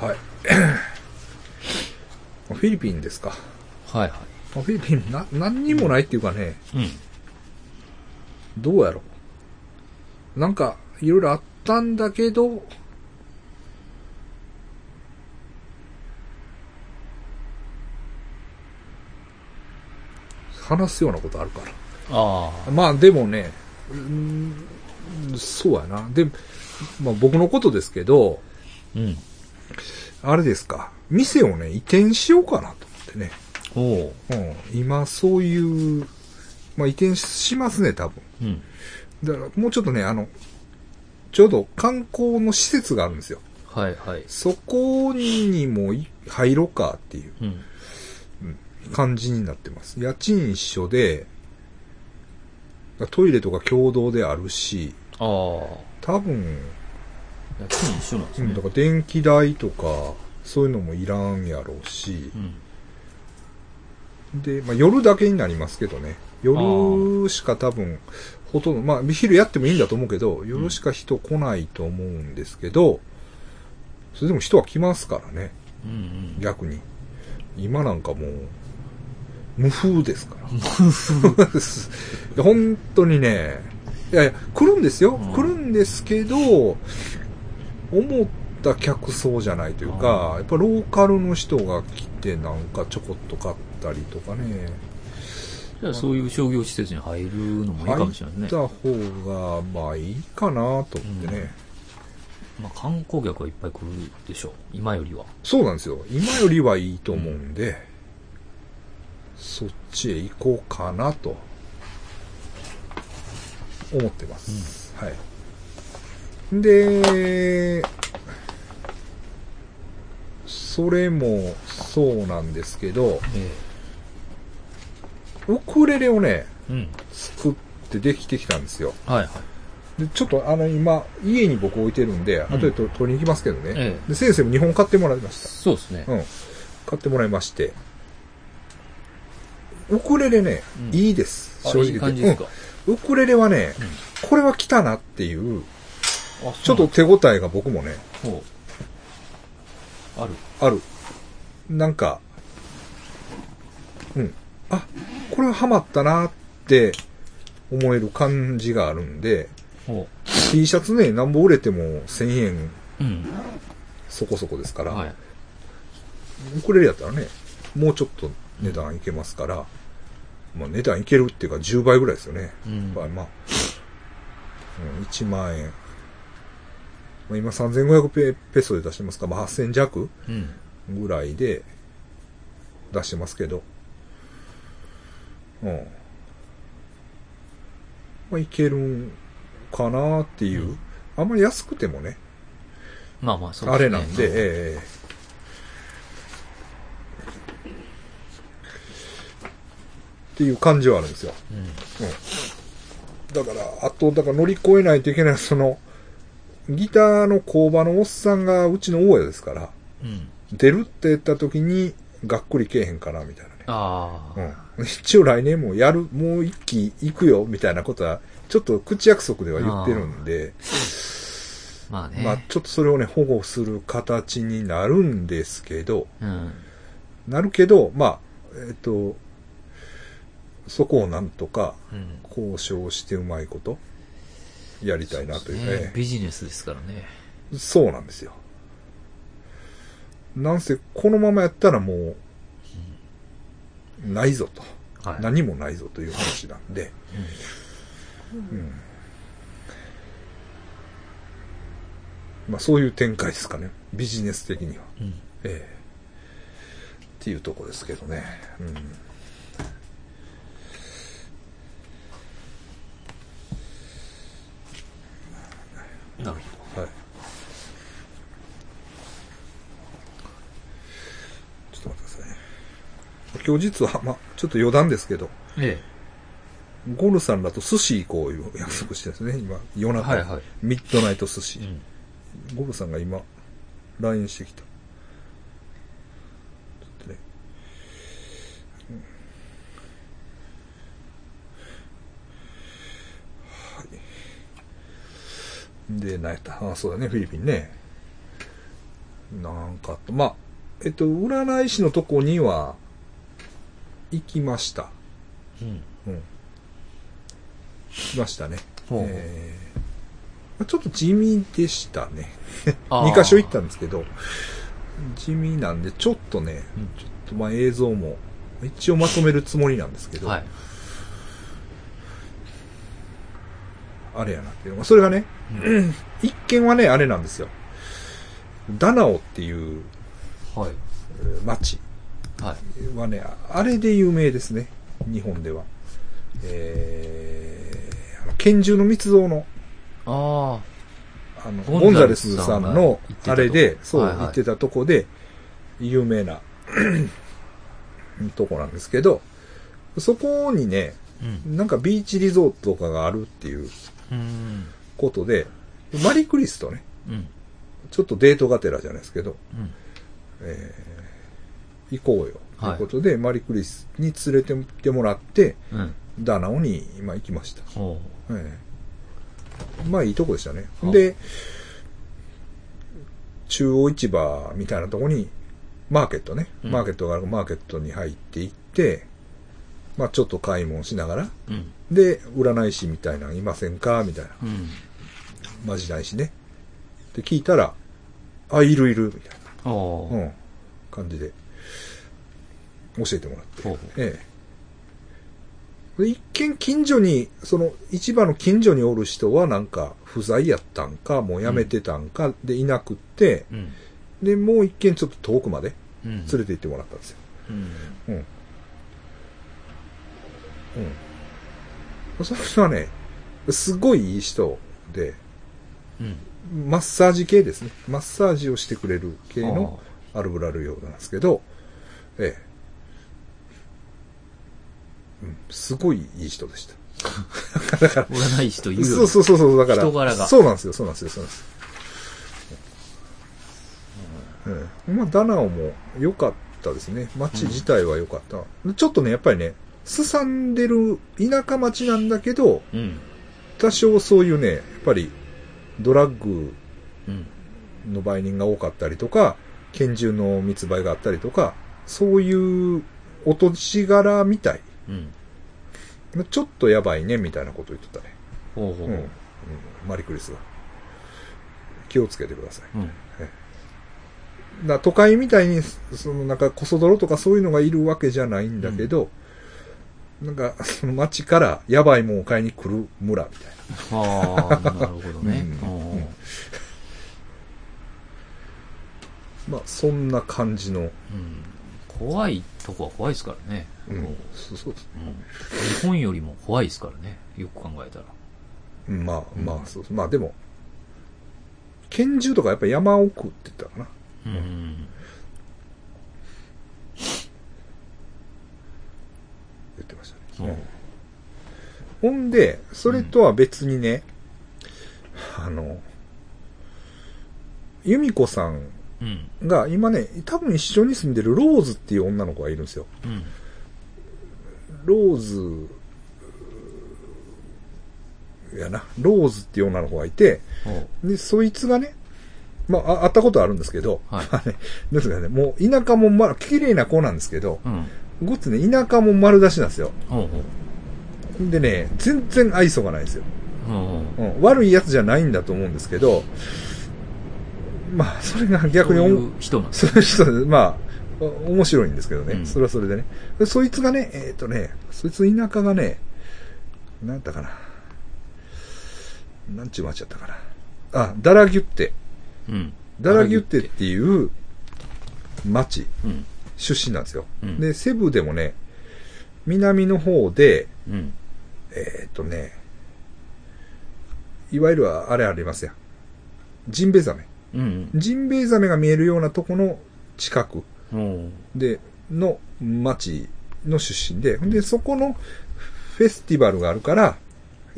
はい。 フィリピンですか。はいはフィリピンな、何にもないっていうかね、い。うん。どうやろう。なんか、いろいろあったんだけど、話すようなことあるから。ああ。まあでもね、うーんそうやな。で、まあ僕のことですけど、うん。あれですか、店をね、移転しようかなと思ってね。おお。うん、今そういう、まあ移転しますね、多分。うん。だからもうちょっとね、あの、ちょうど観光の施設があるんですよ。はいはい。そこにもい入ろうかっていううん。感じになってます。家賃一緒で、トイレとか共同であるし、ああ。多分、家賃一緒なんでうすん、ねだ。から電気代とか、そういうのもいらんやろうしう、ん。で、まあ、夜だけになりますけどね。あー夜しか多分、ほとんど、まあ、昼やってもいいんだと思うけど、夜しか人来ないと思うんですけど、それでも人は来ますからね、うんうん。逆に。今なんかもう、無風ですから。いや 本当にね、いやいや、来るんですよ。うん来るんですけど、思った客層じゃないというか、やっぱローカルの人が来てなんかちょこっと買ったりとかね、じゃあそういう商業施設に入るのもいいか入もしれないねっ。た方が、まあいいかなと思ってね。うんまあ観光客はいっぱい来るでしょう。今よりは。そうなんですよ。今よりはいいと思うんで、そっちへ行こうかなと、思ってます。はい。で、それもそうなんですけど、えウクレレをね、え。うん。作ってできてきたんですよ。はいはい。でちょっとあの今、家に僕置いてるんで、ん後でと取りに行きますけどね。ええで先生も日本買ってもらいました。そうですね。うん。買ってもらいまして。ウクレレね、うんいいです。あ正直いい言って感じですか。うんウクレレはね、これは来たなっていう、あちょっと、手応えが僕もね、そうほうある。ある。なんか、うん。あ、これはハマったなって思える感じがあるんで、ほ T シャツね、なんぼ売れても1000円う。うん。そこそこですから、はい。ウクレレやったらね、もうちょっと値段いけますから、まあ値段いけるっていうか10倍ぐらいですよね。うんまあ、まあ、うん、1万円。まあ、今3500ペペソで出してますから、まあ8000弱うん。ぐらいで出してますけど、うん。まあいけるんかなっていう、あんまり安くてもね、まあまあ、そうあすねれなんで、ええっていう感じはあるんですよ。うん。だから、あと、だから乗り越えないといけない、その、ギターの工場のおっさんがうちの大家ですから、うん。出るって言った時に、がっくりけえへんかな、みたいああ、なね。うん。一応来年もやる、もう一期行くよ、みたいなことは、ちょっと口約束では言ってるんで、まあね。まあちょっとそれをね、保護する形になるんですけど、うん。なるけど、まあ、えっ、と、そこをなんとかうん。交渉してうまいことやりたいなというねね。ビジネスですからね。そうなんですよ。なんせ、このままやったらもう、ないぞと。はい。何もないぞという話なんで。うんまあ、そういう展開ですかね。ビジネス的には。うん。ええ。っていうとこですけどね。うん。なるはい。ちょっと待ってくださいね。今日実は、まあ、ちょっと余談ですけど、ほど。えゴルさんらと寿司行こういう約束してるんですね、今。夜中に、はいはいミッドナイト寿司。え。うん。ゴルさんが今、LINE してきた。ちょっとね。うんはい。で、何やったあ、そうだね、フィリピンね。なんか、まあ、えっと、占い師のとこには、行きました。うん。うん。来ましたね。ほうえーまあちょっと地味でしたね。あー2箇所行ったんですけど、地味なんで、ちょっとね、うんちょっとまあ映像も、一応まとめるつもりなんですけど、はい。あれやなっていうのが、それがね、うん一見はね、あれなんですよ。ダナオっていうはい。えー町はい。はね、あれで有名ですね。日本では。えーあの、拳銃の密造の、ああの、ゴゴンンザザレレススささんんがの言って、たあれで、とこそう、はいはい言ってたとこで、有名な、 とこなんですけど、そこにね、あ。うん。なんかビーチリゾートとかがあるっていううん。ことで、マリクリスとね、うん。ちょっとデートがてらじゃないですけど、うん。えー行こうよ。とはいいうことで、マリクリスに連れてってもらって、うん。ダナオに今行きました。ほええまあいいとこでしたね。あで、中央市場みたいなとこに、マーケットね。うんマーケットがあるマーケットに入っていって、まあちょっと買い物しながら、う。うん。で、占い師みたいなのいませんかみたいな。うん。まじない師ね。って聞いたら、あ、いるいる、みたいな。ほう。うん、感じで、教えてもらって。ほうええ。で一見近所に、その市場の近所におる人はなんか不在やったんか、もう辞めてたんか、でいなくって、うん。で、もう一見ちょっと遠くまでう連ん。れて行ってもらったんですよ。うん。うん。うん。その人はね、すごいいい人で、うん。マッサージ系ですね。マッサージをしてくれる系のあアルブラルヨーなんですけど、ええ。うん、すごいいい人でした。あ。占い師というよりそうそうそうそう、だから。人柄がそうなんですよ、そうなんですよ、そうなんですよ。うん。まあ、ダナオも良かったですね。街自体は良かった。ちょっとね、やっぱりね、すさんでる田舎町なんだけど、うん。多少そういうね、やっぱり、ドラッグうん。の売人が多かったりとか、拳銃の密売があったりとか、そういうおとし柄みたい。うん。ちょっとやばいね、みたいなこと言ってたね。ほうほううん。うん、マリクリスが。気をつけてください。うん。だから都会みたいに、そのなんか、コソ泥とかそういうのがいるわけじゃないんだけど、なんか、その街からやばいもんを買いに来る村みたいな。ああ、なるほどね。うんおーまあ、そんな感じの。うん。怖いとこは怖いですからね。うこん。そうそうです。ううん日本よりも怖いですからね。よく考えたら。うんまあ、うんまあ、そうそうまあでも、拳銃とかやっぱ山奥って言ったかな。うん。言ってましたそうね。うんほんで、それとは別にね、あの、由美子さんうん。が今ね、多分一緒に住んでるローズっていう女の子がいるんですよ。うん。ローズ、やな、ローズっていう女の子がいて、ほうで、そいつがね、まあ、あ会ったことはあるんですけど、はい まあねですからね、もう田舎もまだ綺麗な子なんですけど、うん。ごっつね、田舎も丸出しなんですよ。ほうほう。でね、全然愛想がないんですよ。ほううん、悪いやつじゃないんだと思うんですけど、まあ、それが逆にそうおいう人なんです。そういう人で、まあ、お面白いんですけどね。うんそれはそれでね。でそいつがね、えっ、とね、そいつの田舎がね、なんやったかな。なんちゅう町やったかな。あ、ダラギュッテ。うん。ダラギュッテっていう町うん。出身なんですよ。うんで、セブでもね、南の方で、うん。えっ、とね、いわゆるあれありますやん。ジンベエザメ。うん。ジンベエザメが見えるようなとこの近く。うん。で、の町の出身で、ほんで、そこのフェスティバルがあるから、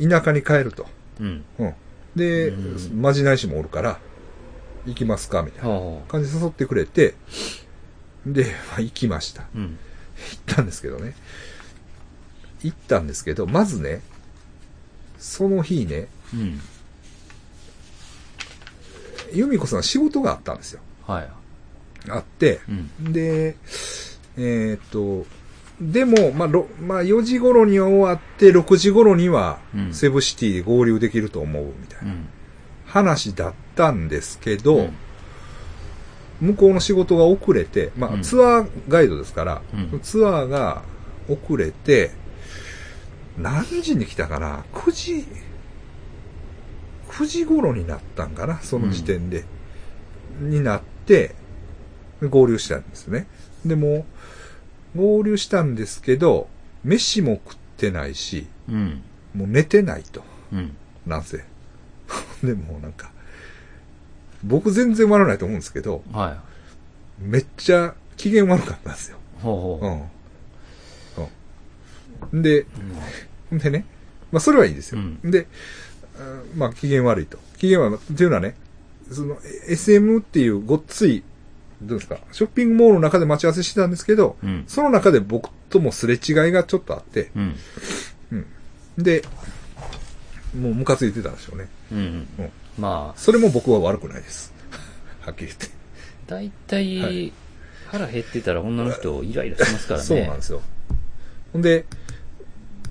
田舎に帰ると。うん。うん。で、うんまじない師もおるから、行きますかみたいなほ感じで誘ってくれて、で、まあ、行きました。う。うん。行ったんですけどね。行ったんですけど、まずね、その日ね、うん。由美子さん仕事があったんですよ。はい。あって、うん。で、えーっと、でも、まあ、ろまあ、4時頃には終わって、6時頃にはう、ん。セブシティで合流できると思う、みたいうなん話だったんですけど、うん向こうの仕事が遅れて、まうあ、んツアーガイドですから、うんツアーが遅れて、何時に来たかな ?9 時、9時頃になったんかなその時点で。になって、合流したんですね。でも、合流したんですけど、飯も食ってないし、うん。もう寝てないと。うん。なんせ。 でもなんか、僕全然悪ないと思うんですけど、はめっちゃ機嫌悪かったんですよ。い。ほううほん。うん。で、う。うんでね、まあそれはいいですよ。うで、あまあ機嫌悪いと。機嫌悪いっていうのはね、そのえ SM っていうごっつい、どうですか、ショッピングモールの中で待ち合わせしてたんですけど、うん。その中で僕ともすれ違いがちょっとあって、うん。で、もうムカついてたんでしょうね。うん。うん。まあ、それも僕は悪くないです。はっきり言って。大は体、腹減ってたら女の人イライラしますからね。そうなんですよ。ほんで、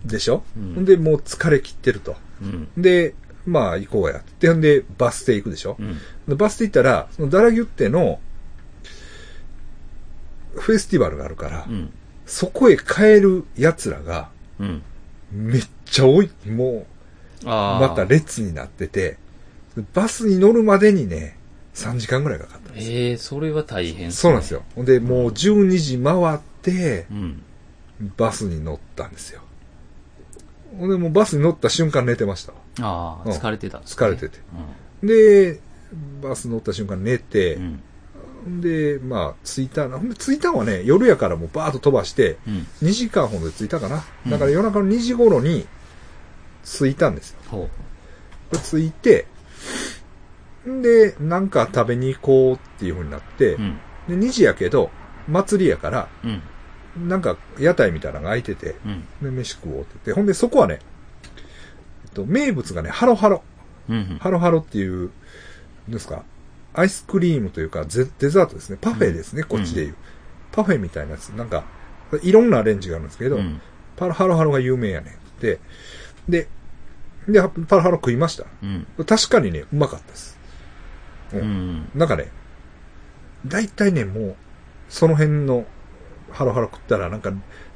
でしょ、うんほんで、もう疲れ切ってると。うん。で、まあ行こうやって。ほんで、バス停行くでしょう、ん。でバス停行ったら、そのダラギュッテのフェスティバルがあるから、うん。そこへ帰る奴らがうん。めっちゃ多い。もう、ああ。また列になってて、バスに乗るまでにね、3時間ぐらいかかったんですよ。ええそれは大変、そうなんです。よ。ほんで、もう12時回ってう、ん。バスに乗ったんですよ。ほんで、もうバスに乗った瞬間寝てましたわ。ああ、うん疲れてたんですね疲れてて。で、バス乗った瞬間寝て、うん。うん。ほんで、まあ、着いたな。ほんで、着いたんはね、夜やからもうバーッと飛ばして、うん。 2時間ほどで着いたかな。うんだから夜中の2時頃に着いたんですよ。ほ着いて、んで、なんか食べに行こうっていう風になって、う。うん。で、2時やけど、祭りやから、うん。なんか屋台みたいなのが空いてて、うん。で、飯食おうって言って、ほんで、そこはね、えっと、名物がね、ハロハロ。うん。ハロハロっていう、なんですか、アイスクリームというかゼデザートですね。パフェですね、こっちでいう。パフェみたいなやつ。なんか、いろんなアレンジがあるんですけど、うん。パロハロハロが有名やねんって。で、で、パロハロ食いました。うん。確かにね、うまかったです。うん。なんかね、大体ね、もう、その辺のハロハロ食ったら、なんか、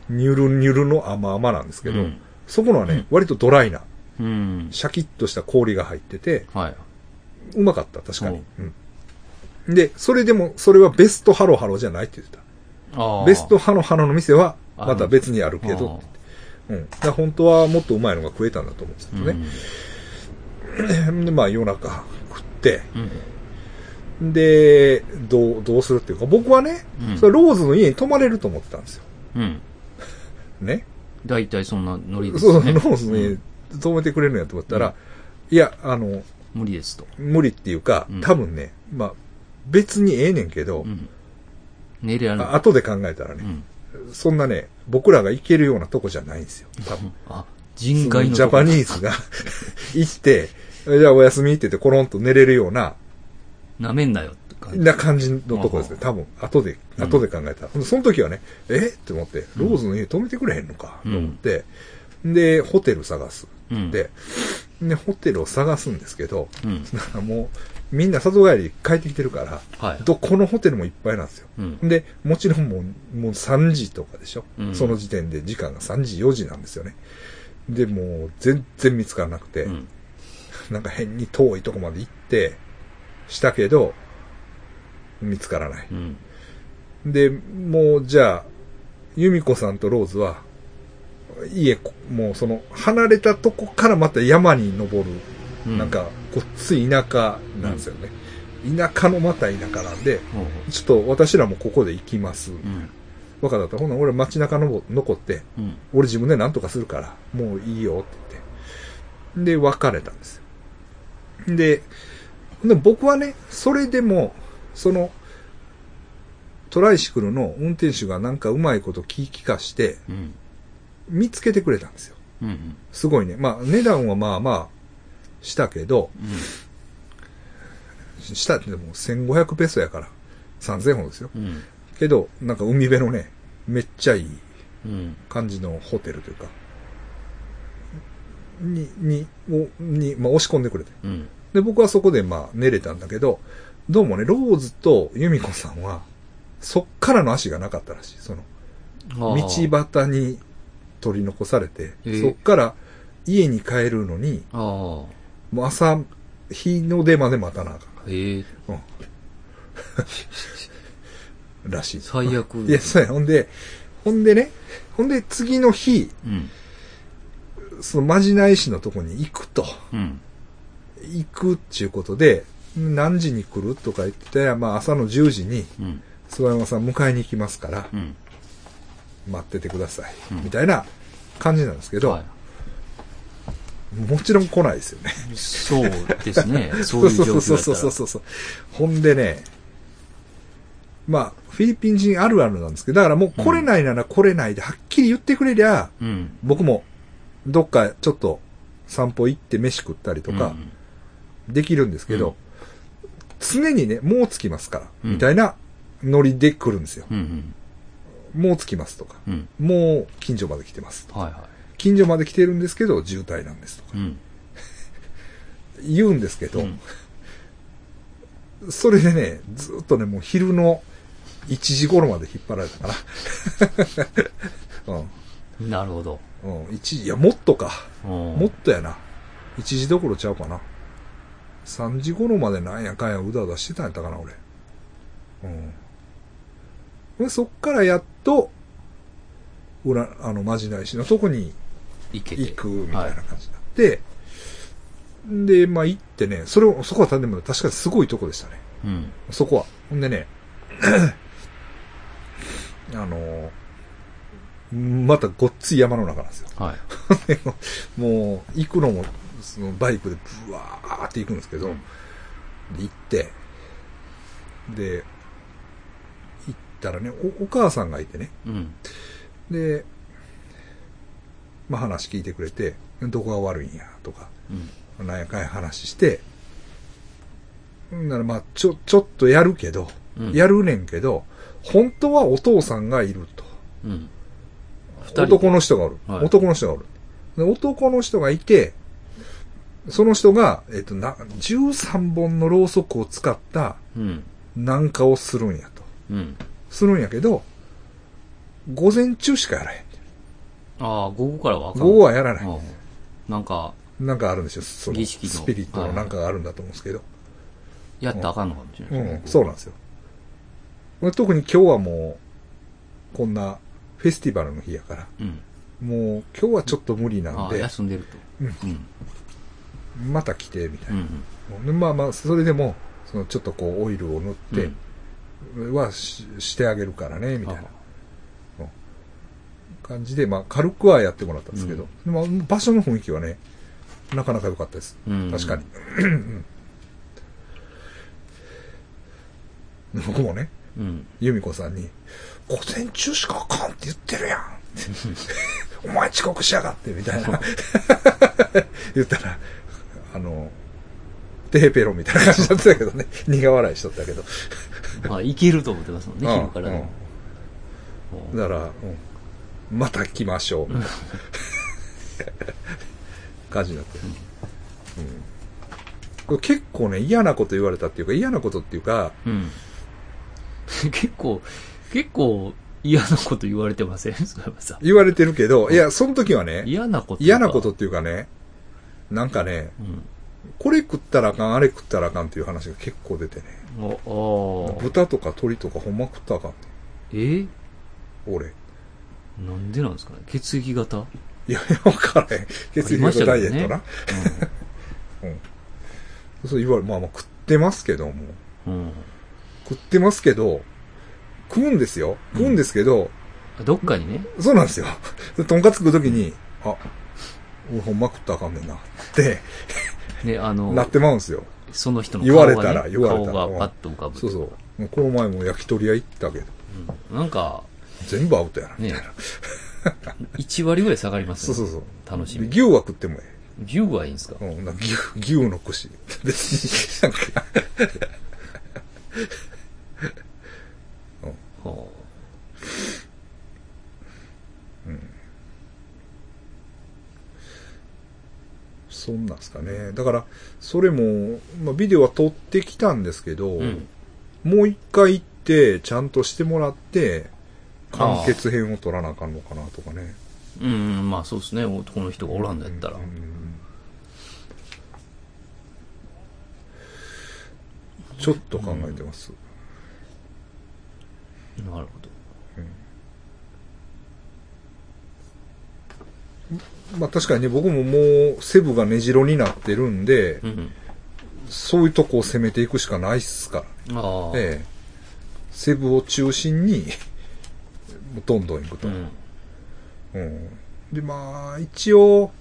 ニュルニュルの甘々なんですけど、うんそこのはね、割とドライな、うん。シャキッとした氷が入ってて、はい。うまかった、確かに。うん、で、それでも、それはベストハロハロじゃないって言ってあた。あ。ベストハロハロの店は、あまた別にあるけど、うん。だから本当はもっとうまいのが食えたんだと思うんですけああどね。 で、まあ夜中食って、うん。うんで、どう、どうするっていうか、僕はね、うんそれローズの家に泊まれると思ってたんですよ。うん。ね。大体そんなノリですそね。うそう、ローズの家うんに泊めてくれるんやと思ったら、いや、あの、無理ですと。無理っていうかうん、多分ね、まあ、別にええねんけど、うん。寝れられあ後で考えたらうね、ん。そんなね、僕らが行けるようなとこじゃないんですよ。多分。あ、人外のジャとこパニーズが 行って、じゃあお休みって言ってコロンと寝れるような、なめんなよって感じ。な感じのとこですね。多分、後で、うん後で考えたら。その時はね、えって思って、ローズの家泊めてくれへんのか、と思って、で、ホテル探す。うん。で、で、ホテルを探すんですけど、うん。なんかもう、みんな里帰り帰ってきてるから、はい。どこのホテルもいっぱいなんですよ。うん。で、もちろんもう、もう3時とかでしょ、うんその時点で時間が3時、4時なんですよね。で、もう全然見つからなくて、うん。なんか変に遠いとこまで行って、したけど、見つからない。うん。で、もうじゃあ、由美子さんとローズは、家、こもうその、離れたとこからまた山に登る、うんなん、か、こっつい田舎なんですよね。田舎のまた田舎なんで、ほうほちょっと私らもここで行きます。う。うん。若だったら、ほな俺街中のぼ残って、うん。俺自分で何とかするから、もういいよって言って。で、別れたんですよ。で、で僕はね、それでも、その、トライシクルの運転手がなんかうまいこと聞きかして、うん。見つけてくれたんですよ。うん。うん。すごいね。まあ、値段はまあまあ、したけど、うんしたってでも1500ペソやから、 3000本ですよ。うん。けど、なんか海辺のね、めっちゃいいうん。感じのホテルというか、に、に、をに、まあ、押し込んでくれて。うん。で、僕はそこでまあ寝れたんだけど、どうもね、ローズとユミコさんは、そっからの足がなかったらしい。その、道場。端に取り残されて、ええそっから家に帰るのに、あもう朝、日の出まで待たなあかん。あ。ええうん。らしい。最悪いや、そうや。ほんで、ほんでね、ほんで次の日、うん。そのまじない師のとこに行くと。うん。行くっていうことで、何時に来るとか言ってたら、まあ朝の10時に、うん。諏訪山さん迎えに行きますから、うん。待っててください。うんみたいな感じなんですけど、はもちろん来ないですよね。いそうですね。そういう状況だったそうら。そうそうそうそう。ほんでね、まあ、フィリピン人あるあるなんですけど、だからもう来れないなら来れないで、はっきり言ってくれりゃ、うん。僕もどっかちょっと散歩行って飯食ったりとか、できるんですけど、うん常にね、もう着きますから、うんみたいなノリで来るんですよ。うん。うん。もう着きますとか、うん。うん。もう近所まで来てますと。はいは近所まで来てるんですけど、渋滞なんですとかい。うん。言うんですけど、うんそれでね、ずっとね、もう昼の1時頃まで引っ張られたから。 なるほど。うん。うん。1時、いや、もっとか。ももっとやな。1時どころちゃうかな。3時頃までなんやかんやうだうだしてたんやったかな、俺。うん。でそっからやっと、裏、あの、まじないしのとこにいけて。行く、みたいな感じになって、で、まあ行ってね、それを、そこはでも確かにすごいとこでしたね。うん。そこは。ほんでね、 あのまたごっつい山の中 なんですよ。はい。もう、行くのも、そのバイクでブワーって行くんですけど、うんで行って、で、行ったらね、おお母さんがいてね、うん。で、まあ話聞いてくれて、どこが悪いんや、とか、うん。なんやかんや話して、ほんならまあ、ちょ、ちょっとやるけど、うんやるねんけど、本当はお父さんがいると。うん。男の人がおる。はい男の人がおる。で男の人がいて、その人が、えっ、と、な、13本のろうそくを使ったうん。なんかをするんやと。うん。するんやけど、午前中しかやらへん。ああ、午後からはあかん午後はやらない。うんなんか、なんかあるんですよ。その儀式のスピリットのなんかがあるんだと思うんですけど。やったらあかんのかもしれうないん、そうなんですよ。まあ特に今日はもう、こんなフェスティバルの日やから、うん。もう今日はちょっと無理なあんあ、で、休んでると。うんうん。また来て、みたいなう。ん。まあまあ、それでも、そのちょっとこう、オイルを塗っうんて、はししてあげるからね、みたいな感じで、まあ、軽くはやってもらったんですけど、まあ、場所の雰囲気はね、なかなか良かったです。うん確かに。 僕もね、うん。由美子さんに、午前中しかあかんって言ってるやんっ て。お前遅刻しやがって、みたいな。 言ったら、あの、テヘペロみたいな感じになってたけどね。苦笑いしとったけど。まあ、いけると思ってますもんね、うん昼からでも。うんだから、うんまた来ましょう、みたいな 感じになってる。うんこれ結構ね、嫌なこと言われたっていうか、嫌なことっていうか、うん。 結構、結構嫌なこと言われてません そういえばさ。言われてるけど、いや、その時はね、嫌なこと。嫌なこと。っていうかね、なんかね、うん。これ食ったらあかん、あれ食ったらあかんっていう話が結構出てね。お、ああ。豚とか鳥とかほんま食ったらあかんね。え俺。なんでなんですかね血液型うん。いや、わからへん。血液型ダイエットな。うん。そう言われ、まあまあ食ってますけども。うん。食ってますけど、食うんですよ。食うんですけど、どっかにね。そうなんですよ。 とんかつ食うときに、あ、俺ほんま食ったらあかんねんな。って、ね、あの、なってまうんですよ。その人の言顔わが、ね、れたら言われたら顔がパッと浮かぶ。そうそう。もうこの前も焼き鳥屋行ったけど、うん。なんか、全部アウトやな。ね、1割ぐらい下がりますそうね。そうそう。楽しでみ。牛は食ってもええ。牛はいいんですかうん、なんか牛、牛 の串。別に、なんか、なんですかね。だから、それも、まあ、ビデオは撮ってきたんですけど、うん。もう一回行って、ちゃんとしてもらって、完結編を撮らなあかんのかなとかね。うん、まあそうですね。男の人がおらんだったらうん。ちょっと考えてます。なるほど。まあ確かにね、僕ももうセブが根城になってるんで、うん。そういうとこを攻めていくしかないっすからね。ああ。ええ。セブを中心に、もうどんどん行くと。うん。うんで、まあ、一応、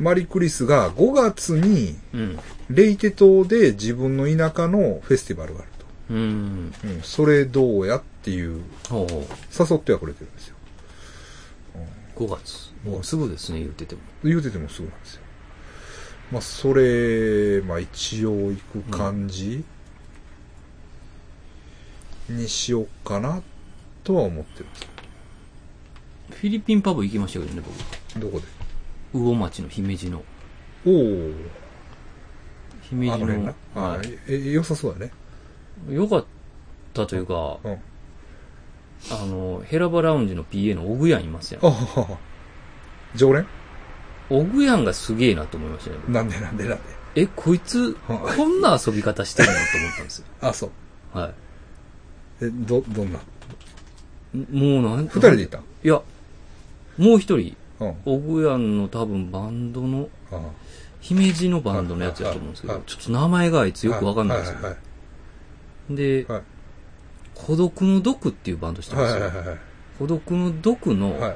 マリクリスが5月に、うん。レイテ島で自分の田舎のフェスティバルがあるうん。と。うん、それどうやっていう、ほうほ誘ってはくれてるんですよ。う。5月。もうすぐですね、言ってても。言うててもすぐなんですよ。まあ、それ、まあ、一応行く感じにしようかな、とは思ってるんですよフィリピンパブ行きましたけどね、どこで僕。魚町の姫路の。おー姫あの路辺なの。。あはえ、良さそうだね。い。よかったというか、うん。あの、ヘラバラウンジの PA のオグヤンいますやん。あはは。常連オグヤンがすげえなと思いましたね。なんでなんでなんで。え、こいつ、はいこんな遊び方してるのと思ったんですよ。あ、そう。はえ、ど、どんな。い。もうなん二人で行ったいや、もう一人、うん。あオグヤンの多分バンドの、あ姫路のバンドのやつやと思うんですけはどい、はいちょっと名前があいつよくわかんないんですよは。いで、はい孤独の毒っていうバンドしてはまいはすいよ。はいはい孤独の毒はい。の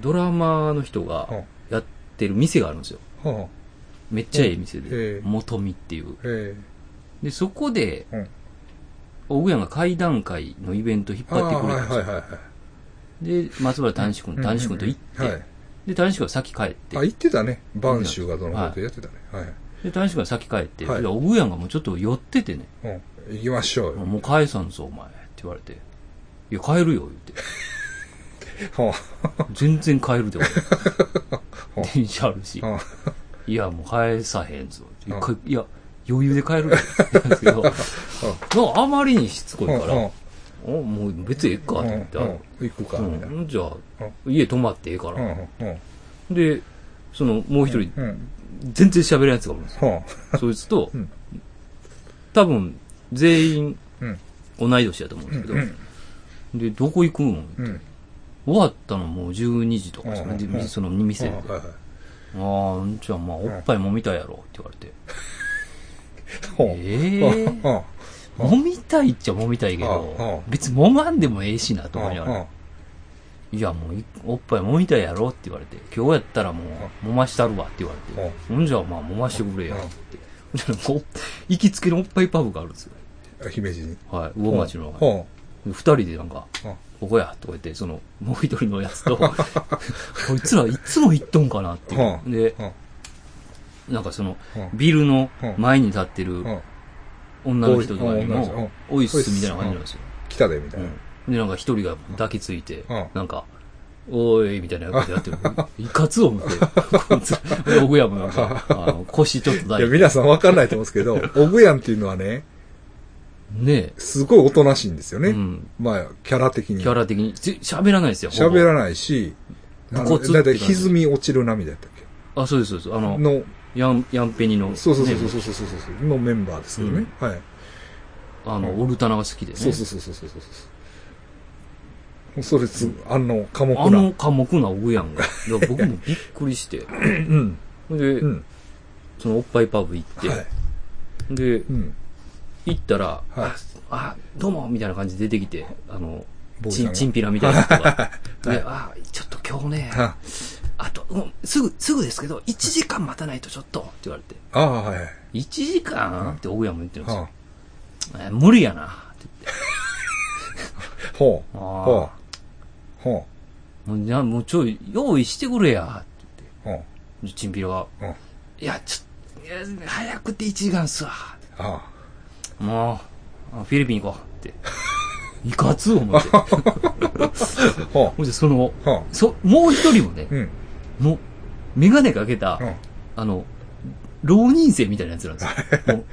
ドラマーの人がはい。やってる店があるんですよ。うん。うん。めっちゃいい店うんへえで。元見っていう。えで、そこでうん、オグヤンが会談会のイベント引っー。あ張ってくれはいたんですはいよ。はいはで、松原谷志君、い。谷志君と行っうんうんうんてはい、。で、谷志君は先帰ってあ、、行ってたね。晩秋がどのことやってたね。はい。で、谷志君は先帰って、はいでオグヤンがもうちょっと寄っててね、うん。行きましょうよ。もう帰さんぞ、お前、って言われて、いや、帰るよ、言 って。は全然帰るで、 うん俺。電車あるしあ。。はあ。いや、もう帰さへんぞ。いやういや、余裕で帰 るよ。なんですけど、なんかあまりにしつこいかうんら、おもう別にええか、とうん思って、うん行くか、みたいな。うん、じゃあ、家泊まってええかうら。ん。うん。で、その、もう一人、うん。全然喋れないやつがおるんですよは そいつとうん、多分、全員うん、同い年だと思うんですけど、で、どこ行くんあ。うん。終わったのもう12時とかですね、うんうんでその店で。はいはい。ああ、じゃあまあ、おっぱい揉みたいやろって言われて。ほう。ええうんうんうん揉みたいっちゃ揉みたいけうんうどん、別に揉まんでもええしなと思いながうら。んいや、もうい、おっぱい揉みたいやろって言われて、今日やったらもう、揉ましたるわって言われて、ほんじゃあまあ、揉ましてくれやって。ほんじゃあこう行きつけのおっぱいパブがあるんですよ。うん姫路に。はい、魚町の。ほ二人でなんか、う。うんここやとか言って、その、もう一人のやつと、 こいつらいつも行っとんかなっていうう。んで、うんなんかその、うんビルの前に立ってうるん。女の人とかうんうにんも、オイスみたいな感じなんですよ。来たで、みたいな。で、なんか一人が抱きついてうん、なんか、おーい、みたいなことやってる。いかつ思って、こいつ、奥山なんか、あの腰ちょっとい抱や、いて、皆さんわかんないと思うんですけど、オグヤンっていうのはね、ねすごいおとなしいんですよね。うんまあ、キャラ的キに。ャラ的に、ぜ喋らないですよ。ほぼ喋らないし、あ武の骨ってだいたい感じ歪み落ちる涙だったっけあ、そうです、そうです。あの、の、ヤン、ヤンペニの、そうそうそうねそうそうそうそう、のメンバーですけどね。はい。あの、オルタナが好きでね。そうそうそうそうそうそうそう。それつ、あの、寡あ黙のな。寡黙なオグヤンが。 いや僕もびっくりして。うん。で、うん。そのおっぱいパブ行って、はい。でう、ん。行ったら、はいあ、あどうもみたいな感じで出てきて、あの、坊ちゃんチがン、チンピラみたいな人 が。で、あ、ちょっと今日ね、ああと、うんすぐ、すぐですけど、1時間待たないとちょっと、って言われて。あ、はいはい。 1時間ってオグヤンも言ってるんですよは。えー無理やな、って言って。あほう。あーほう。ほもうな、もうちょい、用意してくれや、って言っう。てほう。で。チンピラが、うん。あいや、ちょっといや、早くて1時間っすわ、あ。もう、あフィリピン行こう って。いかつ思 って。ほほんで、そのう。、ほそ、もう一人もねう。う、ん。もう、メガネかけたうん。あの、浪人生みたいなやつなんで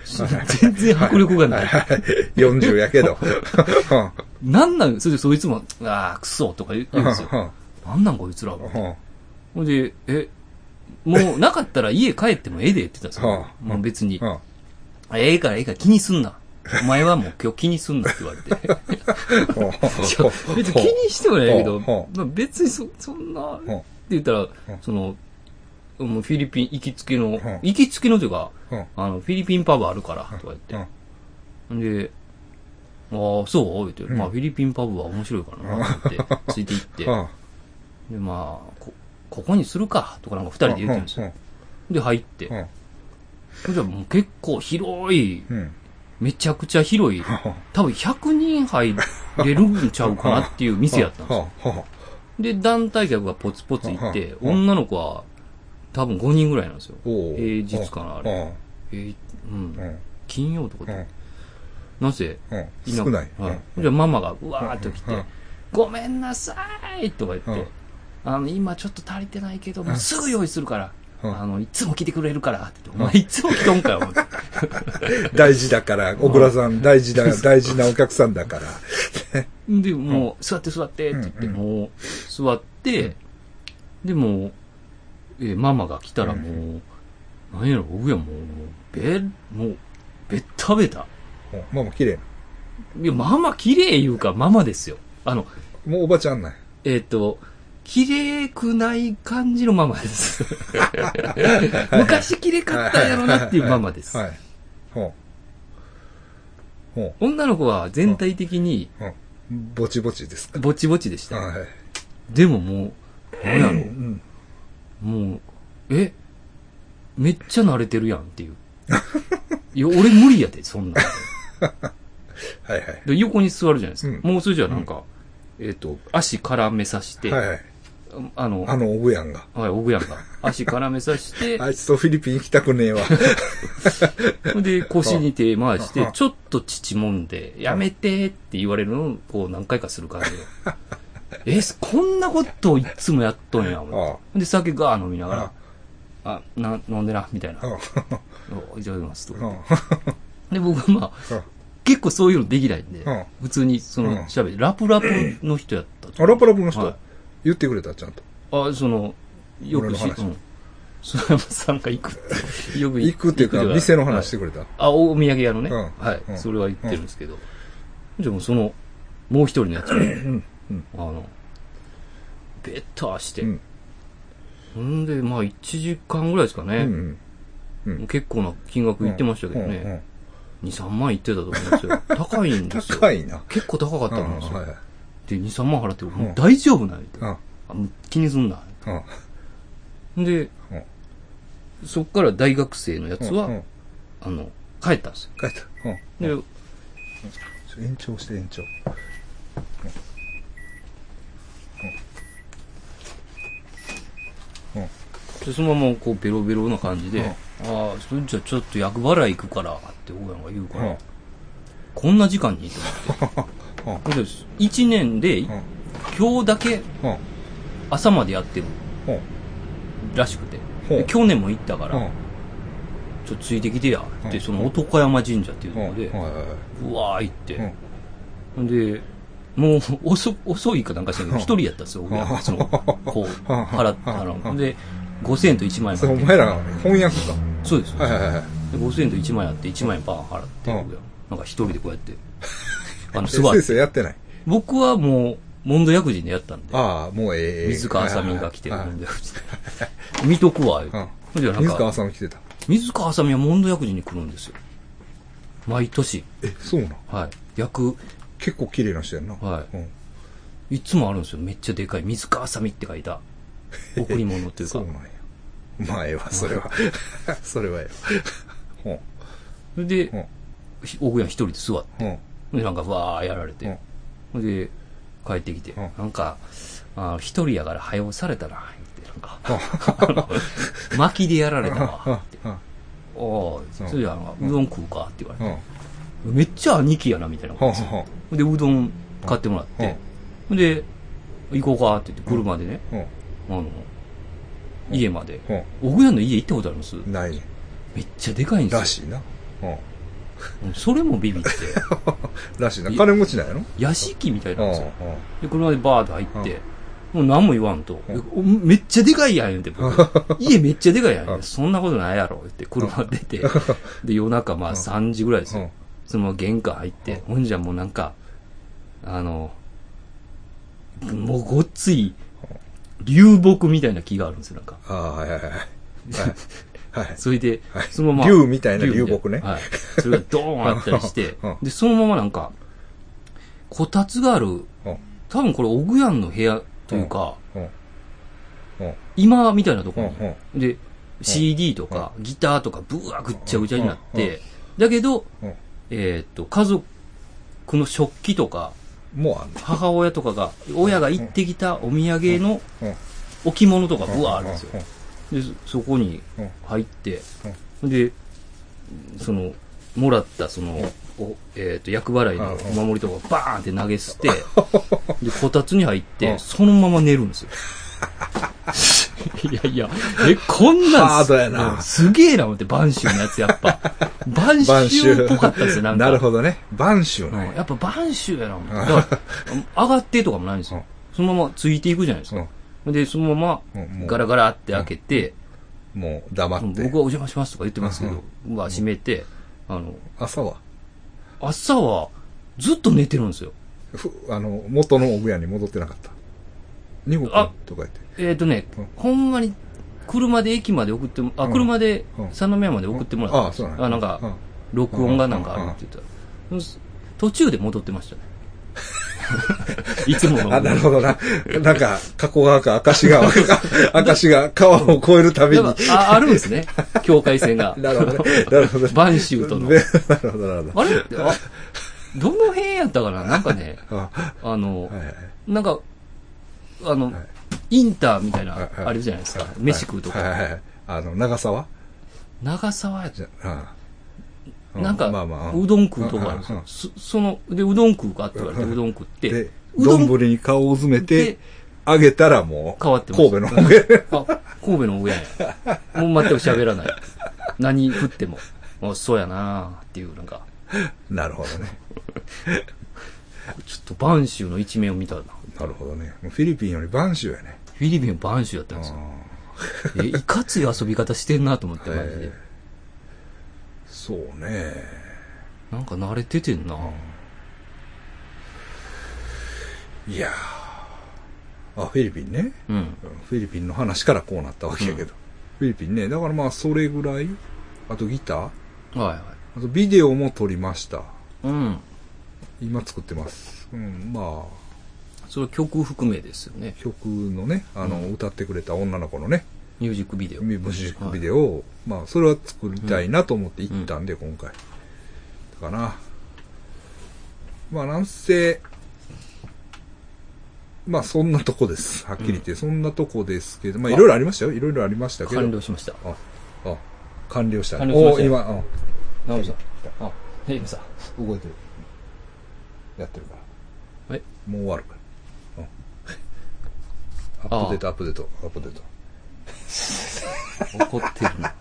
すよ。もう全然迫力がない。 40やけど。なんなん、それでそいつも、ああ、クソとか言うんですよ。なんなんこいつらは。ほんで、え、もうなかったら家帰ってもええでって言ってたんですよ。もう別に。ええからええから気にすんな。お前は もう今日気にすんなって言われて。いや別に気にしてもないけど、まあ、別にそそんな、って言ったら、その、もうフィリピン行きつけの、行きつけのというか、あの、フィリピンパブあるから、とか言って。で、ああ、そうって、まあ、フィリピンパブは面白いからな、って、ついて行って、で、まあ、こ、ここにするか、とかなんか二人で言ってるんですよ。で、入って。じゃあもう結構広い、めちゃくちゃ広い、多分100人入れるんちゃうかなっていう店やった んですよ。で、団体客がポツポツ行って、うんうん女の子は多分5人ぐらいなんですよ。おう平日かな、あれ。えーうん。金曜とかで。なぜいな少ない。はい。じゃあママがうわーっと来てうん、ごめんなさいとか言って、あの、今ちょっと足りてないけど、もうすぐ用意するから、うんあの、いつも来てくれるからって言って、お前いつも来とんかよ、思って大事だから、小倉さん大事だ、大事なお客さんだから。で、もう、座って座ってって言って、うんうもう、座って、で、もう、えーママが来たらもう、なんやろ、僕やもう、べ、もう、べったべた。ママ綺麗。いや、ママ綺麗言うか、ママですよ。あの、もうおばちゃんない。えっ、と、綺麗くない感じのマ マです。昔綺麗かったんやろなっていうママです。はい。ほう。ほ女の子は全体的に、う。うん。ぼちぼちですか。ぼちぼちでした。はい。でももう、なんやろ、うん。もう、えめっちゃ慣れてるやんっていう。いや、俺無理やで、そんなん。はいはい。で、横に座るじゃないですか。うんもうそれじゃあなんか、えっ、と、足絡めさして、はいはい。あの、あの、オブヤンが。はい、オグやんが。足絡めさして、あいつとフィリピン行きたくね えわ。で、腰に手回しうてん、ちょっと乳もんで、やめてって言われるのを、こう何回かする感じよ。え、こんなことをいつもやっとんや、思ってで、酒ガー飲みながら、あ、な、飲んでな、みたいな。おいただきます、とか言って。で、僕はまあうん、結構そういうのできないんでうん、普通にその、喋って、ラプラプの人やったと。あ、ラッパラップの人、はい言ってくれた、ちゃんと。あ、その、よく俺し、の話うん。そ山さんが行くって、よく行くっていうか、店の話ししててくれた。あ、お土産屋のね。うんはうい。んそれは言ってるんですけど。じゃあもうその、もう一人のやつがねんうんあの、ベターしてう。ん。ほんで、まあ1時間ぐらいですかうね。ん。結構な金額うん。いってましたけどうんうね。ん。 2、3万いってたと思うんですよ。高いんですよ。高いな。結構高かったと思うんですよ。はい。で、2、3万払って、もううん大丈夫なんやてうん。あもう気にすんな。うん。で、そっから大学生のやつうんうはん、あの、帰ったんです書いた。うん。よ。で、延長して延長。でそのままこうベロベロな感じで、うんああ、それじゃあちょっと厄払い行くからって大山が言うから、うんこんな時間にと うん思って。1年でうん。今日だけうん。朝までやってるうん。らしくて、ほうで去年も行ったから、うん。ちょっとついてきてやっうて、んその男山神社っていうとこうん。ろで、はいはいはうわー行って、い。で、もう遅遅いかなんかしてうん一人やったんですよ、俺はその、こうう、ん払っあうの、んで、5000円と1万円うん。それお払って、前らが翻訳か。そうです、はいはいはい。で5000円と1万円あって、1万円バーン払って、うん僕がなんか一人でこうや って、あの、え座っ先て、生やってない。僕はもう、モンド薬人でやったんで、ああ、もうええ。水川あさみが来てるはいモはいンド薬人。見とくわ、はいほんじゃう。なんん水川か、あさみ来てた。水川あさみはモンド薬人に来るんですよ。毎年。え、そうなん。はい。役、結構綺麗な人やんな。はいうん。いつもあるんですよ。めっちゃでかい。水川あさみって書いた、贈り物という そかう。なんや。まあええわ、それは。 それはええわ。それでうん、ひ奥屋一人で座って、うん。うん。で、なんかわーやられて、ほんで、帰ってきて、うんなんか、あー一人やから早押されたな、言って、なんか、あの巻きでやられた わ、って。うん。おーうんそれじゃあなんか、うどん食うかって言われうて、ん。めっちゃ兄貴やな、みたいな。ほうほほんで、うどん買ってもらって、ほんで、行こうかって言って、車でね、う。うん。あの、家まで。うん小倉の家行ったことありますないねめっちゃでかいんらですしいな。うん。よ。それもビビって。らしいな。金持ちなんやろ屋敷みたいなんですよ。うんうんで、車でバーッと入って、もう何も言わんと。えおめっちゃでかいやん、言うて僕。 家めっちゃでかいやん言ううんて。そんなことないやろ、言って。車出て。で、夜中、まあ3時ぐらいですうよん。そのまま玄関入って。ほんじゃもうなんか、あの、もうごっつい、流木みたいな木があるんですよ、なんか。ああ、はいはいはい。はい。はいそれではい、その まま。竜みたいな流木ね竜みたいなはい。それがドーンあったりしてうん、で、そのままなんか、こたつがある、うん多分これ、オグヤンの部屋というか、うん。うん。今みたいなとこうん。ろうん。に、で、CD とか、ギターとか、ブワーぐっちゃぐちゃになって、だけど、うん。えーっと、家族の食器とか、もうあんの母親とかが、親が行ってきたお土産のうん。置物とか、ブワーあるんですよ。で、そこにうん入って、で、その、もらった、その、おえっ、と、厄払いのお守りとかバーンって投げ捨 て、で、こたつに入っうて、んそのまま寝る んですよ。いやいや、え、こんなハんすードやなうんすげえな、思って、晩秋のやつ、や っぱ。晩晩秋秋っぽかったんですよ、なん か。なるほどね。晩秋うんね。やっぱ晩秋やな、思って。だから、上がってとかもないんですよ。そのままついていくじゃないですうか。ん。で、そのまうまんも、うガラガラって開けて、もう黙って。僕はお邪魔しますとか言ってますけど、まあ閉めて、あの、朝は、朝はずっと寝てるんですよ。ふあの、元のお部屋に戻ってなかった。二国あとか言って。えっ、とね、うんほんまに車で駅まで送っても、あ、うん車でうん三宮まで送ってもらったんああ、ですそうよなんあ、なんうか、ん録音がなんかあるって言ったら、途中で戻ってましたね。 いつもの。あ、なるほどな。なんか、加古川か赤石川 か、赤石が川を越えるたびに。やっぱああるんです ね。境界線が。なるほどね。なるほどね。晩秋とのねなるほど、なるほど。あれあ、どの辺やったかななんかね、ああの、はいはいなんか、あの、はいインターみたいは、ないはいあれじゃないですか。はい飯食うとか。はいはいはい。あの、長沢長沢やったじゃ、ああうなんか、まあまあうどん食うとかあるんですうんうよん。そその、で、うどん食うかって言われて、うんうどん食って、で、うどん丼に顔を詰めでて、あげたらもう、変わってます神戸の方へ。 あ、神戸の親や。もう全く喋らない。何食っても。あそうやなあっていう、なんか、なるほどね。ちょっと晩秋の一面を見たな。なるほどね。もうフィリピンより晩秋やね。フィリピンは晩秋やったんですよ。え、いかつい遊び方してんなと思って、マジでえ。そうね。なんか慣れててんな。いやーあ、フィリピンね。うん。フィリピンの話からこうなったわけやけど。フィリピンね。だからまあ、それぐらい。あとギターはいはい。あとビデオも撮りました。うん。今作ってます。うん、まあ、それは曲含めですよね。曲のね、あの、歌ってくれた女の子のね、ミュージックビデオ。ミュージックビデオを、まあ、それは作りたいなと思って行ったんで、今回。だかな。まあ、なんせ、まあ、そんなとこです。はっきり言って、そんなとこですけど、まあ、いろいろありましたよ。いろいろありましたけど。完了しました。あ、あ、完了した。完了しましたお今、うん直美さん。あ、ヘイムさん。動いてる。やってるから。えもう終わるから。うんアップデート、アップデート、アップデート。怒ってるな。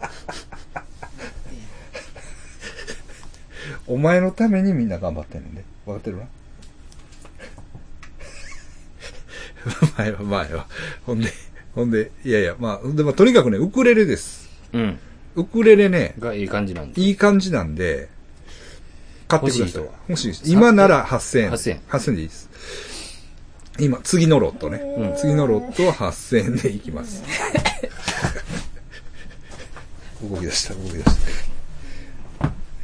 お前のためにみんな頑張ってんねんで。分かってるな。 前は前は。ほんで、ほんで、いやいや、まあ、でもとにかくね、ウクレレです。うん。ウクレレね、がいい感じなんで。いい感じなんで、買ってください。欲しいです。さ今なら8000円。 8000円8000でいいです。今、次のロットね。うん次のロットは8000円でいきます。動き出した、動き出した。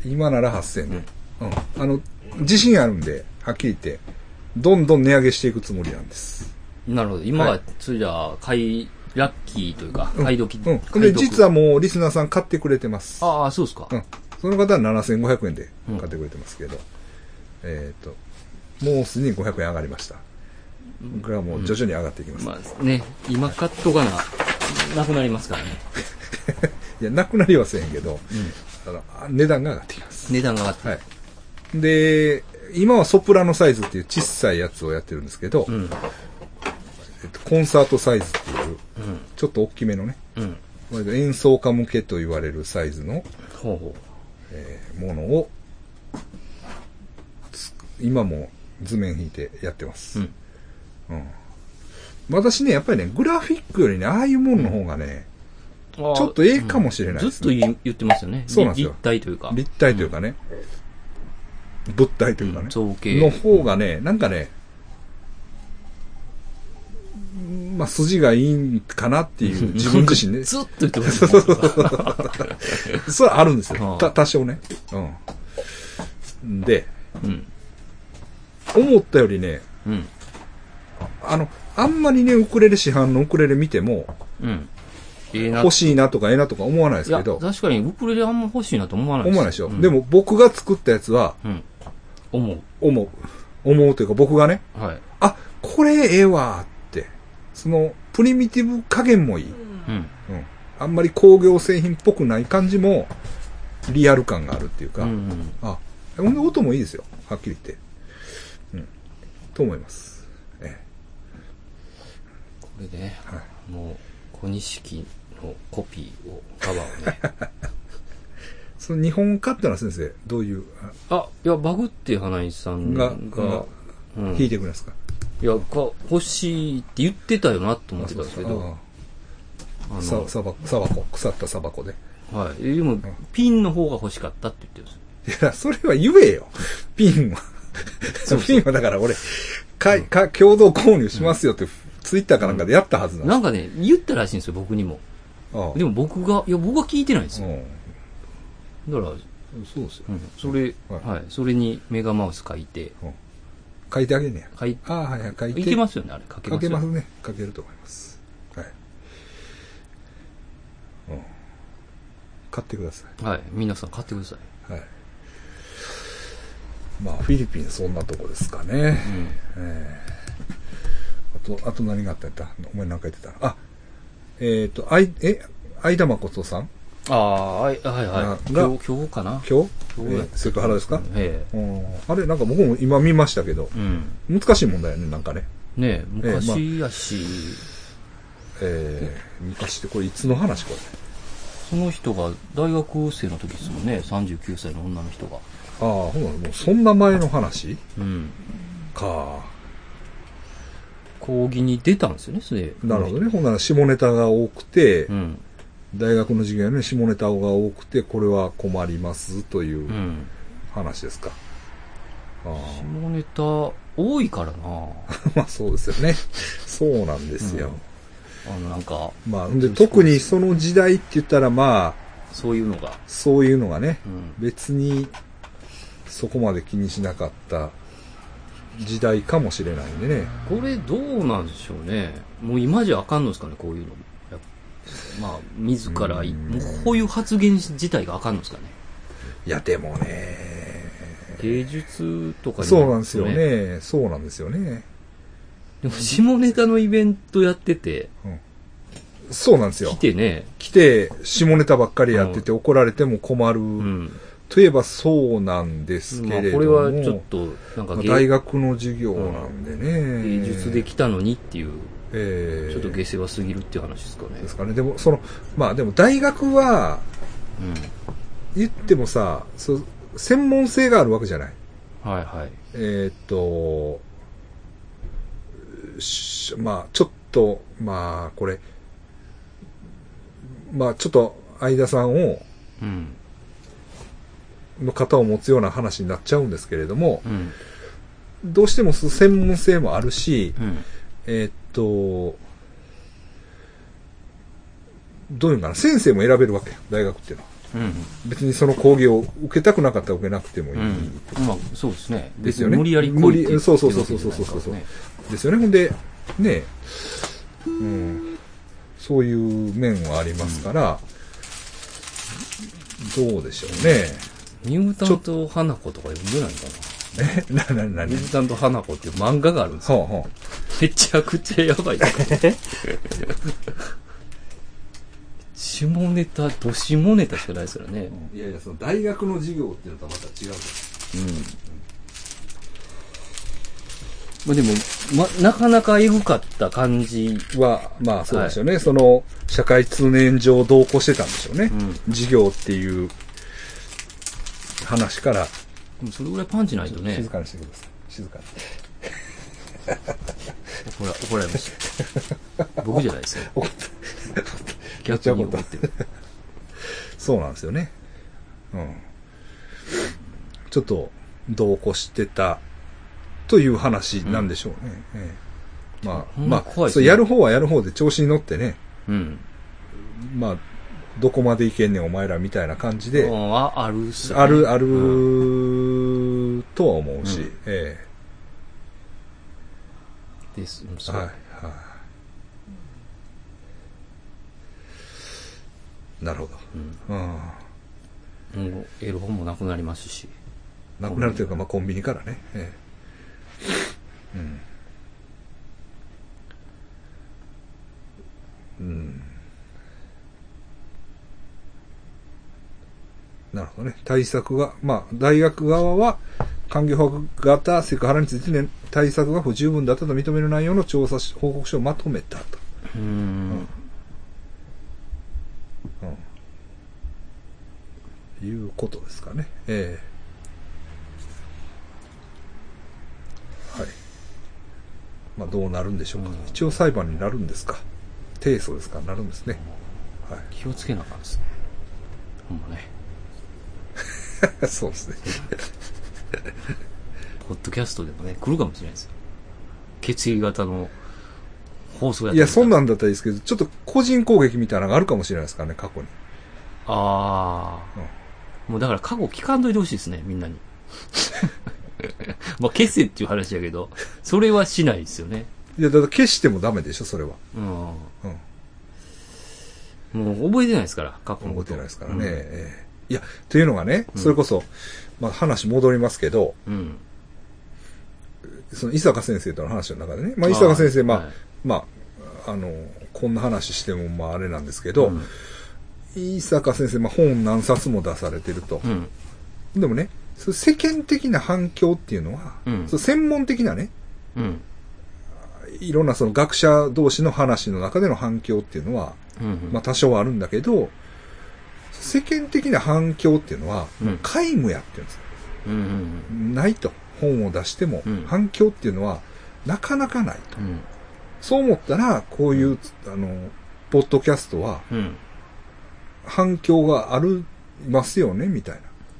今なら8000円で。うん。あの、自信あるんで、はっきり言って、どんどん値上げしていくつもりなんです。なるほど。今は、はいそれじゃあ、買い、ラッキーというか、買い時。うん。で、実は。はもうリスナーさん買ってくれてます。ああ、そうですかう。ん、その方は7500円で買ってくれてますけど、えっ、と、もうすでに500円上がりました。これはもう徐々に上がっていきます。まあね、今買っとかな、なくなりますからね。 いや、なくなりはせえへんけど、あの値段が上がってきます。値段が上がって。はい。で、今はソプラノサイズっていう小さいやつをやってるんですけど、うん。えっとコンサートサイズっていう、ちょっと大きめのね、うん。割と演奏家向けと言われるサイズの、ほうほえーものを、つ今も図面引いてやってまう。す。うん。うん私ね、やっぱりね、グラフィックよりね、ああいうものの方がね、ちょちょっとええかもしれないですねずっと言い言ってますよね。そうなんですよ立体というか。立体というかね、物体というかね、造形。の方がね、なんかね、まあ、筋がいいんかなっていう、自分自 身ね、ずっと言ってますよ。それはあるんですはよあ。た、多少ね。うん。で、うん。思ったよりね、うん。あの、あんまりね、ウクレレ市販のウクレレ見ても、うん。ええな。欲しいなとかええなとか思わないですいや、けど、確かにウクレレあんま欲しいなと思わない思わないでしょ。うんで、も僕が作ったやつは、うん。思う。思う。思うというか僕がね、はい。あ、これええわって。その、プリミティブ加減もいい。うん。うん。あんまり工業製品っぽくない感じも、リアル感があるっていううか、ん。あ、ほんで音もいいですよ。はっきり言って。うん。と思います。えこれで、えはい。もう、小錦のコピーを、カ バーをね。その日本化ってのは先生、どういう、ああ、いや、バグって花井さんが、ががうん、弾いいてくれますか、や、か欲しいって言ってたよなと思ってたんですけど、あああのさ、、さば、さばこ、腐ったさばこで。はい。えでも、ピンの方が欲しかったって言ってるんですよいや、それは言え よ。ピンは。ピンはだから俺、かい、か、共同購入しますよって、ツイッターかなんかでやったはずなんでなんかね、言ったらしいんですよ、僕にも。すよ。ああでも僕が、いや、僕は聞いてないんですよ。うだから、ん。そうですよ。うん、それ、ははいい、それにメガマウス書いて、うん書いてあげんねや。書いああ、はいはい、書いて。いけますよね、あれ。書け書ますけよますね。ね。書けると思います。はい。うん。買ってくださはい。皆さん買ってください。い。はい。まあ、フィリピンそんなとこですかね。うん。えーあと、あと何があったやったお前なんか言ってたあ、えっ、と、あい、え、相田誠さんああ、はい、はい、はあい。が今日、今日かな今日今日えやっーセクハラですか、えうんあれなんか僕も今見ましたけどえ。、うん。難しい問題やね、なんかね。ねええ、えまあ昔やし、えー、昔ってこれいつの話これ。その人が大学生の時ですもんね、39歳の女の人が。ああ、ほんならもうそんな前の話うん。か。講義に出たんですよね、それ。なるほどね。ほんなら下ネタが多くて、うん。。大学の授業に下ネタが多くて、これは困りますといううん話ですか。ああ下ネタ多いからな まあそうですよね。そうなんですよ。あの、なんか、まあ、で、特にその時代って言ったらまあ、そういうのが。そういうのがね、うん。別にそこまで気にしなかった時代かもしれないんでね。これどうなんでしょうね。もう今じゃあかんのですかね、こういうの。やっまあ、自らい、うんもうこういう発言自体があかんのですかね。いや、でもね、芸術とかにそうなんですよ。ね。そうなんですよね。でも下ネタのイベントやってて、そうなんですよ来。てね、来て、下ネタばっかりやってて怒られても困る。うん。といえばそうなんですけまあ、れどこれも。はちょっと、なんかまあ芸大学の授業なんでね。芸術で来たのにっていう、えーちょっと下世話すぎるっていう話ですかねで。すかね。でも、その、まあでも大学は、うん。言ってもさ、そう専門性があるわけじゃない。はいはい。えーっと、しまあちょっと、まあこれ、まあちょっと、相田さんを、うん。の方を持つような話になっちゃうんですけれどもう、ん。どうしてもその専門性もあるし、うん。えーっと、どういうのかな、先生も選べるわけよ、大学っていうのは。うん。別にその講義を受けたくなかったら受けなくてもいい。うん。まあ、そうですね。ですよね無理やり無理来いって言ってそうそうるわそうけじゃないそうそうそうそうからねですよね。ほんで、ね、うん、そういう面はありますから、どうでしょうね。ミュータント花子とか読んでないかえ、 な、な、なな。にミュータント花子っていう漫画が あるんですよ。ほうほめちゃくちゃやばいですよ。下ネタ、ど下ネタしかないですからね。う。いやいや、その大学の授業っていうのとはまた違う。まあでも、ま、なかなかエグかった感じ。は、まあそうですよね。その、社会通念上同行してたんでしょうね。事業っていう話から、でもそれぐらいパンチないとね静、かにしてください。静かに。ほら、怒られ ました。僕じゃないですよ。怒った逆に怒ってる。そうなんですよね。うん。ちょっと、同行してた、という話なんでしょうね。ええまあ、ほんままあ、怖いですそねうやる方はやる方で調子に乗ってね、うん。まあ、どこまでいけんねんお前らみたいな感じで、うんああるっすよねある、あうんる、とは思うし、うんえです。えそうはい、はい、なるほど。ううんん。もう得る本もなくなりますし。なくなるというか、まあ、コンビニからね。ええうん。うん。なるほどね。対策が、まあ、大学側は、環境保護型セクハラについて、ね、対策が不十分だったと認める内容の調査し報告書をまとめたと。うん。うん、いうことですかね。ええはい。まあ、どうなるんでしょうか。うん一応裁判になるんですか。提訴ですか。なるんですね。はい気をつけなあかんですね。ほんまね。。 そうですね。ポッドキャストでもね、来るかもしれないですよ。決意型の放送やっいや、そんな。なんだったらいいですけど、ちょっと個人攻撃みたいなのがあるかもしれないですからね、過去に。ああ、うんもうだから過去聞かんといてほしいですね、みんなに。 まあ、消せっていう話やけど、それはしないですよね。いや、だから消してもダメでしょ、それは。うん。もうん。う覚えてないですから、過去の思こっと。てないですからね。ええいや、というのがね、それこそ、まあ話戻りますけど、うん。うん。その伊坂先生との話の中でね、まあ、あー伊坂先生、まあ、はいまあ、あの、こんな話しても、まあ、あれなんですけど、うん伊坂先生、まあ、本何冊も出されてるとう。ん。でもね、その世間的な反響っていうのは、うんその専門的なね、うん。いろんなその学者同士の話の中での反響っていうのは、うん。まあ、多少はあるんだけど、世間的な反響っていうのは、うん皆無やって言うんですよ。うん。うん。ないと。本を出してもうん、反響っていうのは、なかなかないと。うん。そう思ったら、こういう、あの、ポッドキャストは、うん。反響がありますよね、みたい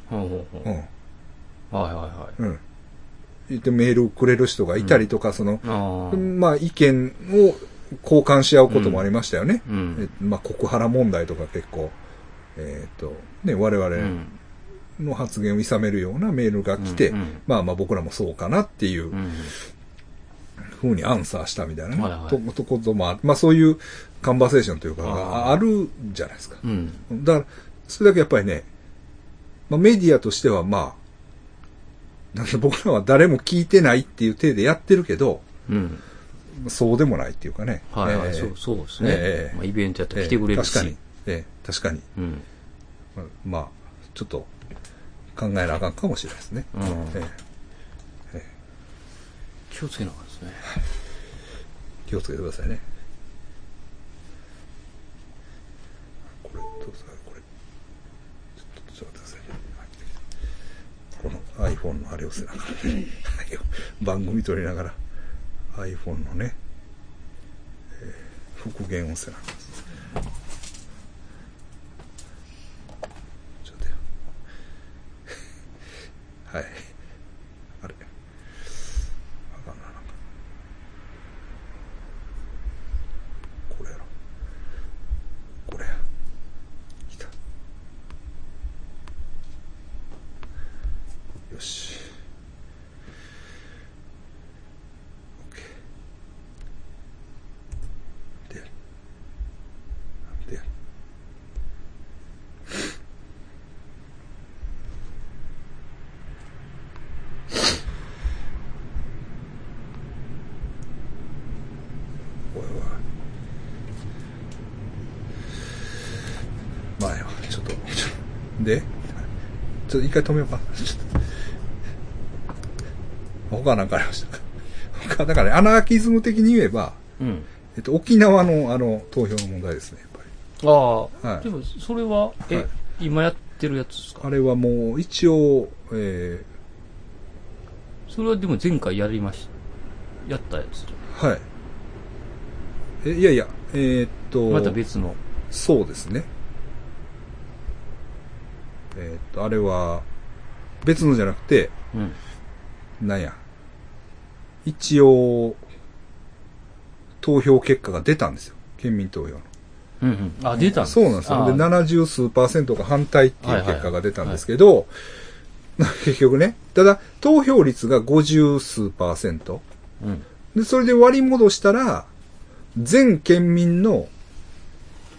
ほうほうほな。う。はいはいはい。うん。うん。言ってメールをくれる人がいたりとか、その、ああ。まあ意見を交換し合うこともありましたよね。うえん。まあ国原問題とか結構、えっ、と、ね、我う々ん。の発言を諌めるようなメールが来て、うんうん。まあまあ僕らもそうかなっていううんふうにアンサーしたみたいなね、はいはいととこともあるまあそういうカンバーセーションというかあーがあるじゃないですか。うん。だから、それだけやっぱりね、まあ、メディアとしてはまあ、なんか僕らは誰も聞いてないっていう体でやってるけど、うん。そうでもないっていうかね。はいはい、ええそう、そうですね。ええまあ、イベントやったら来てくれるし。ええ確かに。ええ確かに。うん。まあまあ、ちょっと考えなあかんかもしれないですね。うんええ気をつけなあかんですね。気をつけてくださいね。これ、どうすかこれ。ちょっと、ちょっと待ってくださいねはい。この iPhone のあれをせながら、はい 番組撮りながら iPhone のね、えー復元をせなあかんですちょっとよ はい。あれ。あかんな、なんか。これやろこれや来たよし OK でやるでやるおいおい前はちょっとちょっとでちょっと一回止めようかちょっと他なんかありましたか他だから、ね、アナーキズム的に言えば、うん。えっと、沖縄のあの投票の問題ですねやっぱりああ、はいでも、それは、え、はい今やってるやつですかあれはもう一応、えそれはでも前回やりまし、やったやつじゃーはい。え、いやいや、えーっと、んまた別の。そうですね。えーっと、あれは、別のじゃなくて、うん。なんや。一応、投票結果が出たんですよ。県民投票の。うんうん。あ、出たんそうなんですよ。で、ああ70数パーセントが反対っていう結果が出たんですけど、 結局ね、ただ、投票率が50数パーセント。うん。で、それで割り戻したら、全県民の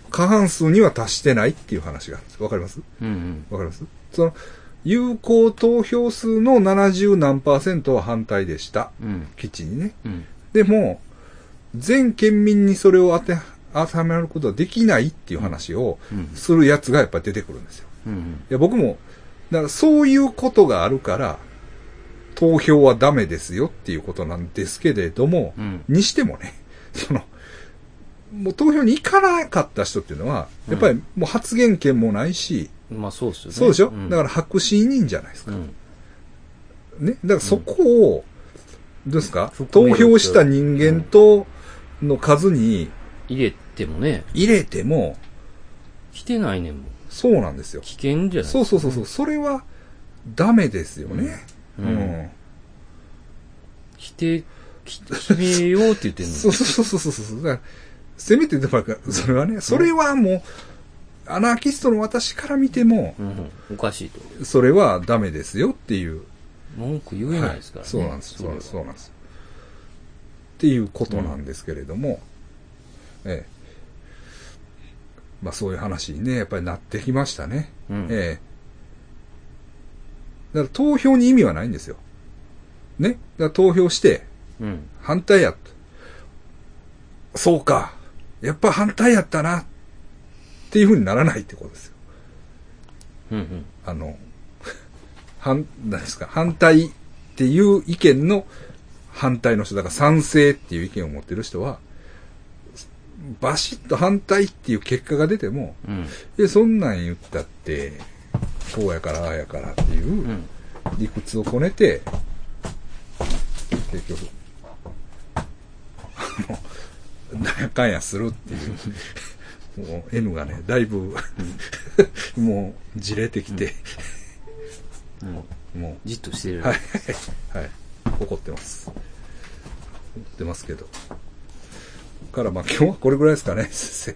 過半数には達してないっていう話があるんです。わかりますうんうん。わかりますその、有効投票数の70何パーセントは反対でした。うん。基地にね。うん。でも、全県民にそれを当て、当てはめることはできないっていう話をうんするやつがやっぱり出てくるんですよ。うん。いや、僕も、だからそういうことがあるから、投票はダメですよっていうことなんですけれども、うんにしてもね、その、もう投票に行かなかった人っていうのは、やっぱりもう発言権もないし、うん。まあ、そうですよね。そうでしょ、んだから白紙委任じゃないですか。うん。ね。だからそこを、どうですか含め投ると票した人間との数に入れてもね、入れても、来てないねんもん。そうなんですよ。危険じゃないそうそうそうそう、それはダメですよね。うん来て、き決めようって言ってんの。そうそうそうそうそうそう。だから、せめて、だから、それはね、それはもう、アナーキストの私から見ても、うん。おかしいと。それはダメですよっていう。文句言えないですからね。そうなんです、そうれなんはです、そうなんです。っていうことなんですけれども、ええ。まあそういう話にね、やっぱりなってきましたね。うん。ええ。だから投票に意味はないんですよ。ね。だから投票して、うん。反対やとそうか。やっぱ反対やったな。っていう風にならないってことですよ。うんうん。あの、 反、何ですか、反対っていう意見の反対の人、だから賛成っていう意見を持ってる人は、バシッと反対っていう結果が出ても、うん。で、そんなん言ったって、こうやから、ああやからっていう、うん。理屈をこねて、結局、あの、なんやかんやするって いう、もう N がね、だいぶ、 もう、じれてきて、もう、もじっとしてる。う、はい、はい、怒ってます。怒ってますけど。から、まあ今日はこれぐらいですかね、先生。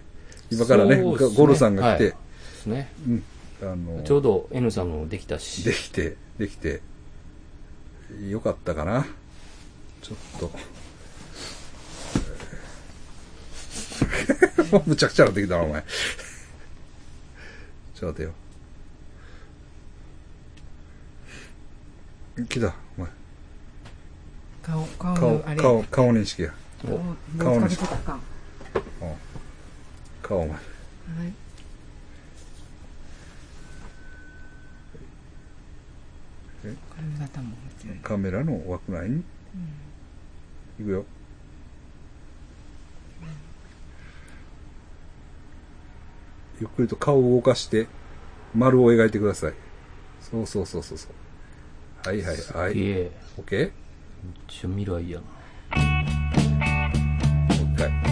今からね、そうですねゴルさんが来て、はいですね。うん、あの、ちょうど N さんもできたし。できて、できて、よかったかな。ちょっと。 えーむちゃくちゃなってきたな、お前。ちょっと待てよ。来た、お前。顔顔顔のあ、れ顔、顔認識や。お顔顔のにかけとかはうん顔、お前。いえ髪型も別にカメラの枠内に。いくよ。ゆっくりと顔を動かして、丸を描いてください。そうそうそうそうそう。はいはいはい。いえ、 OK? めっちゃ未来やな。もう一回。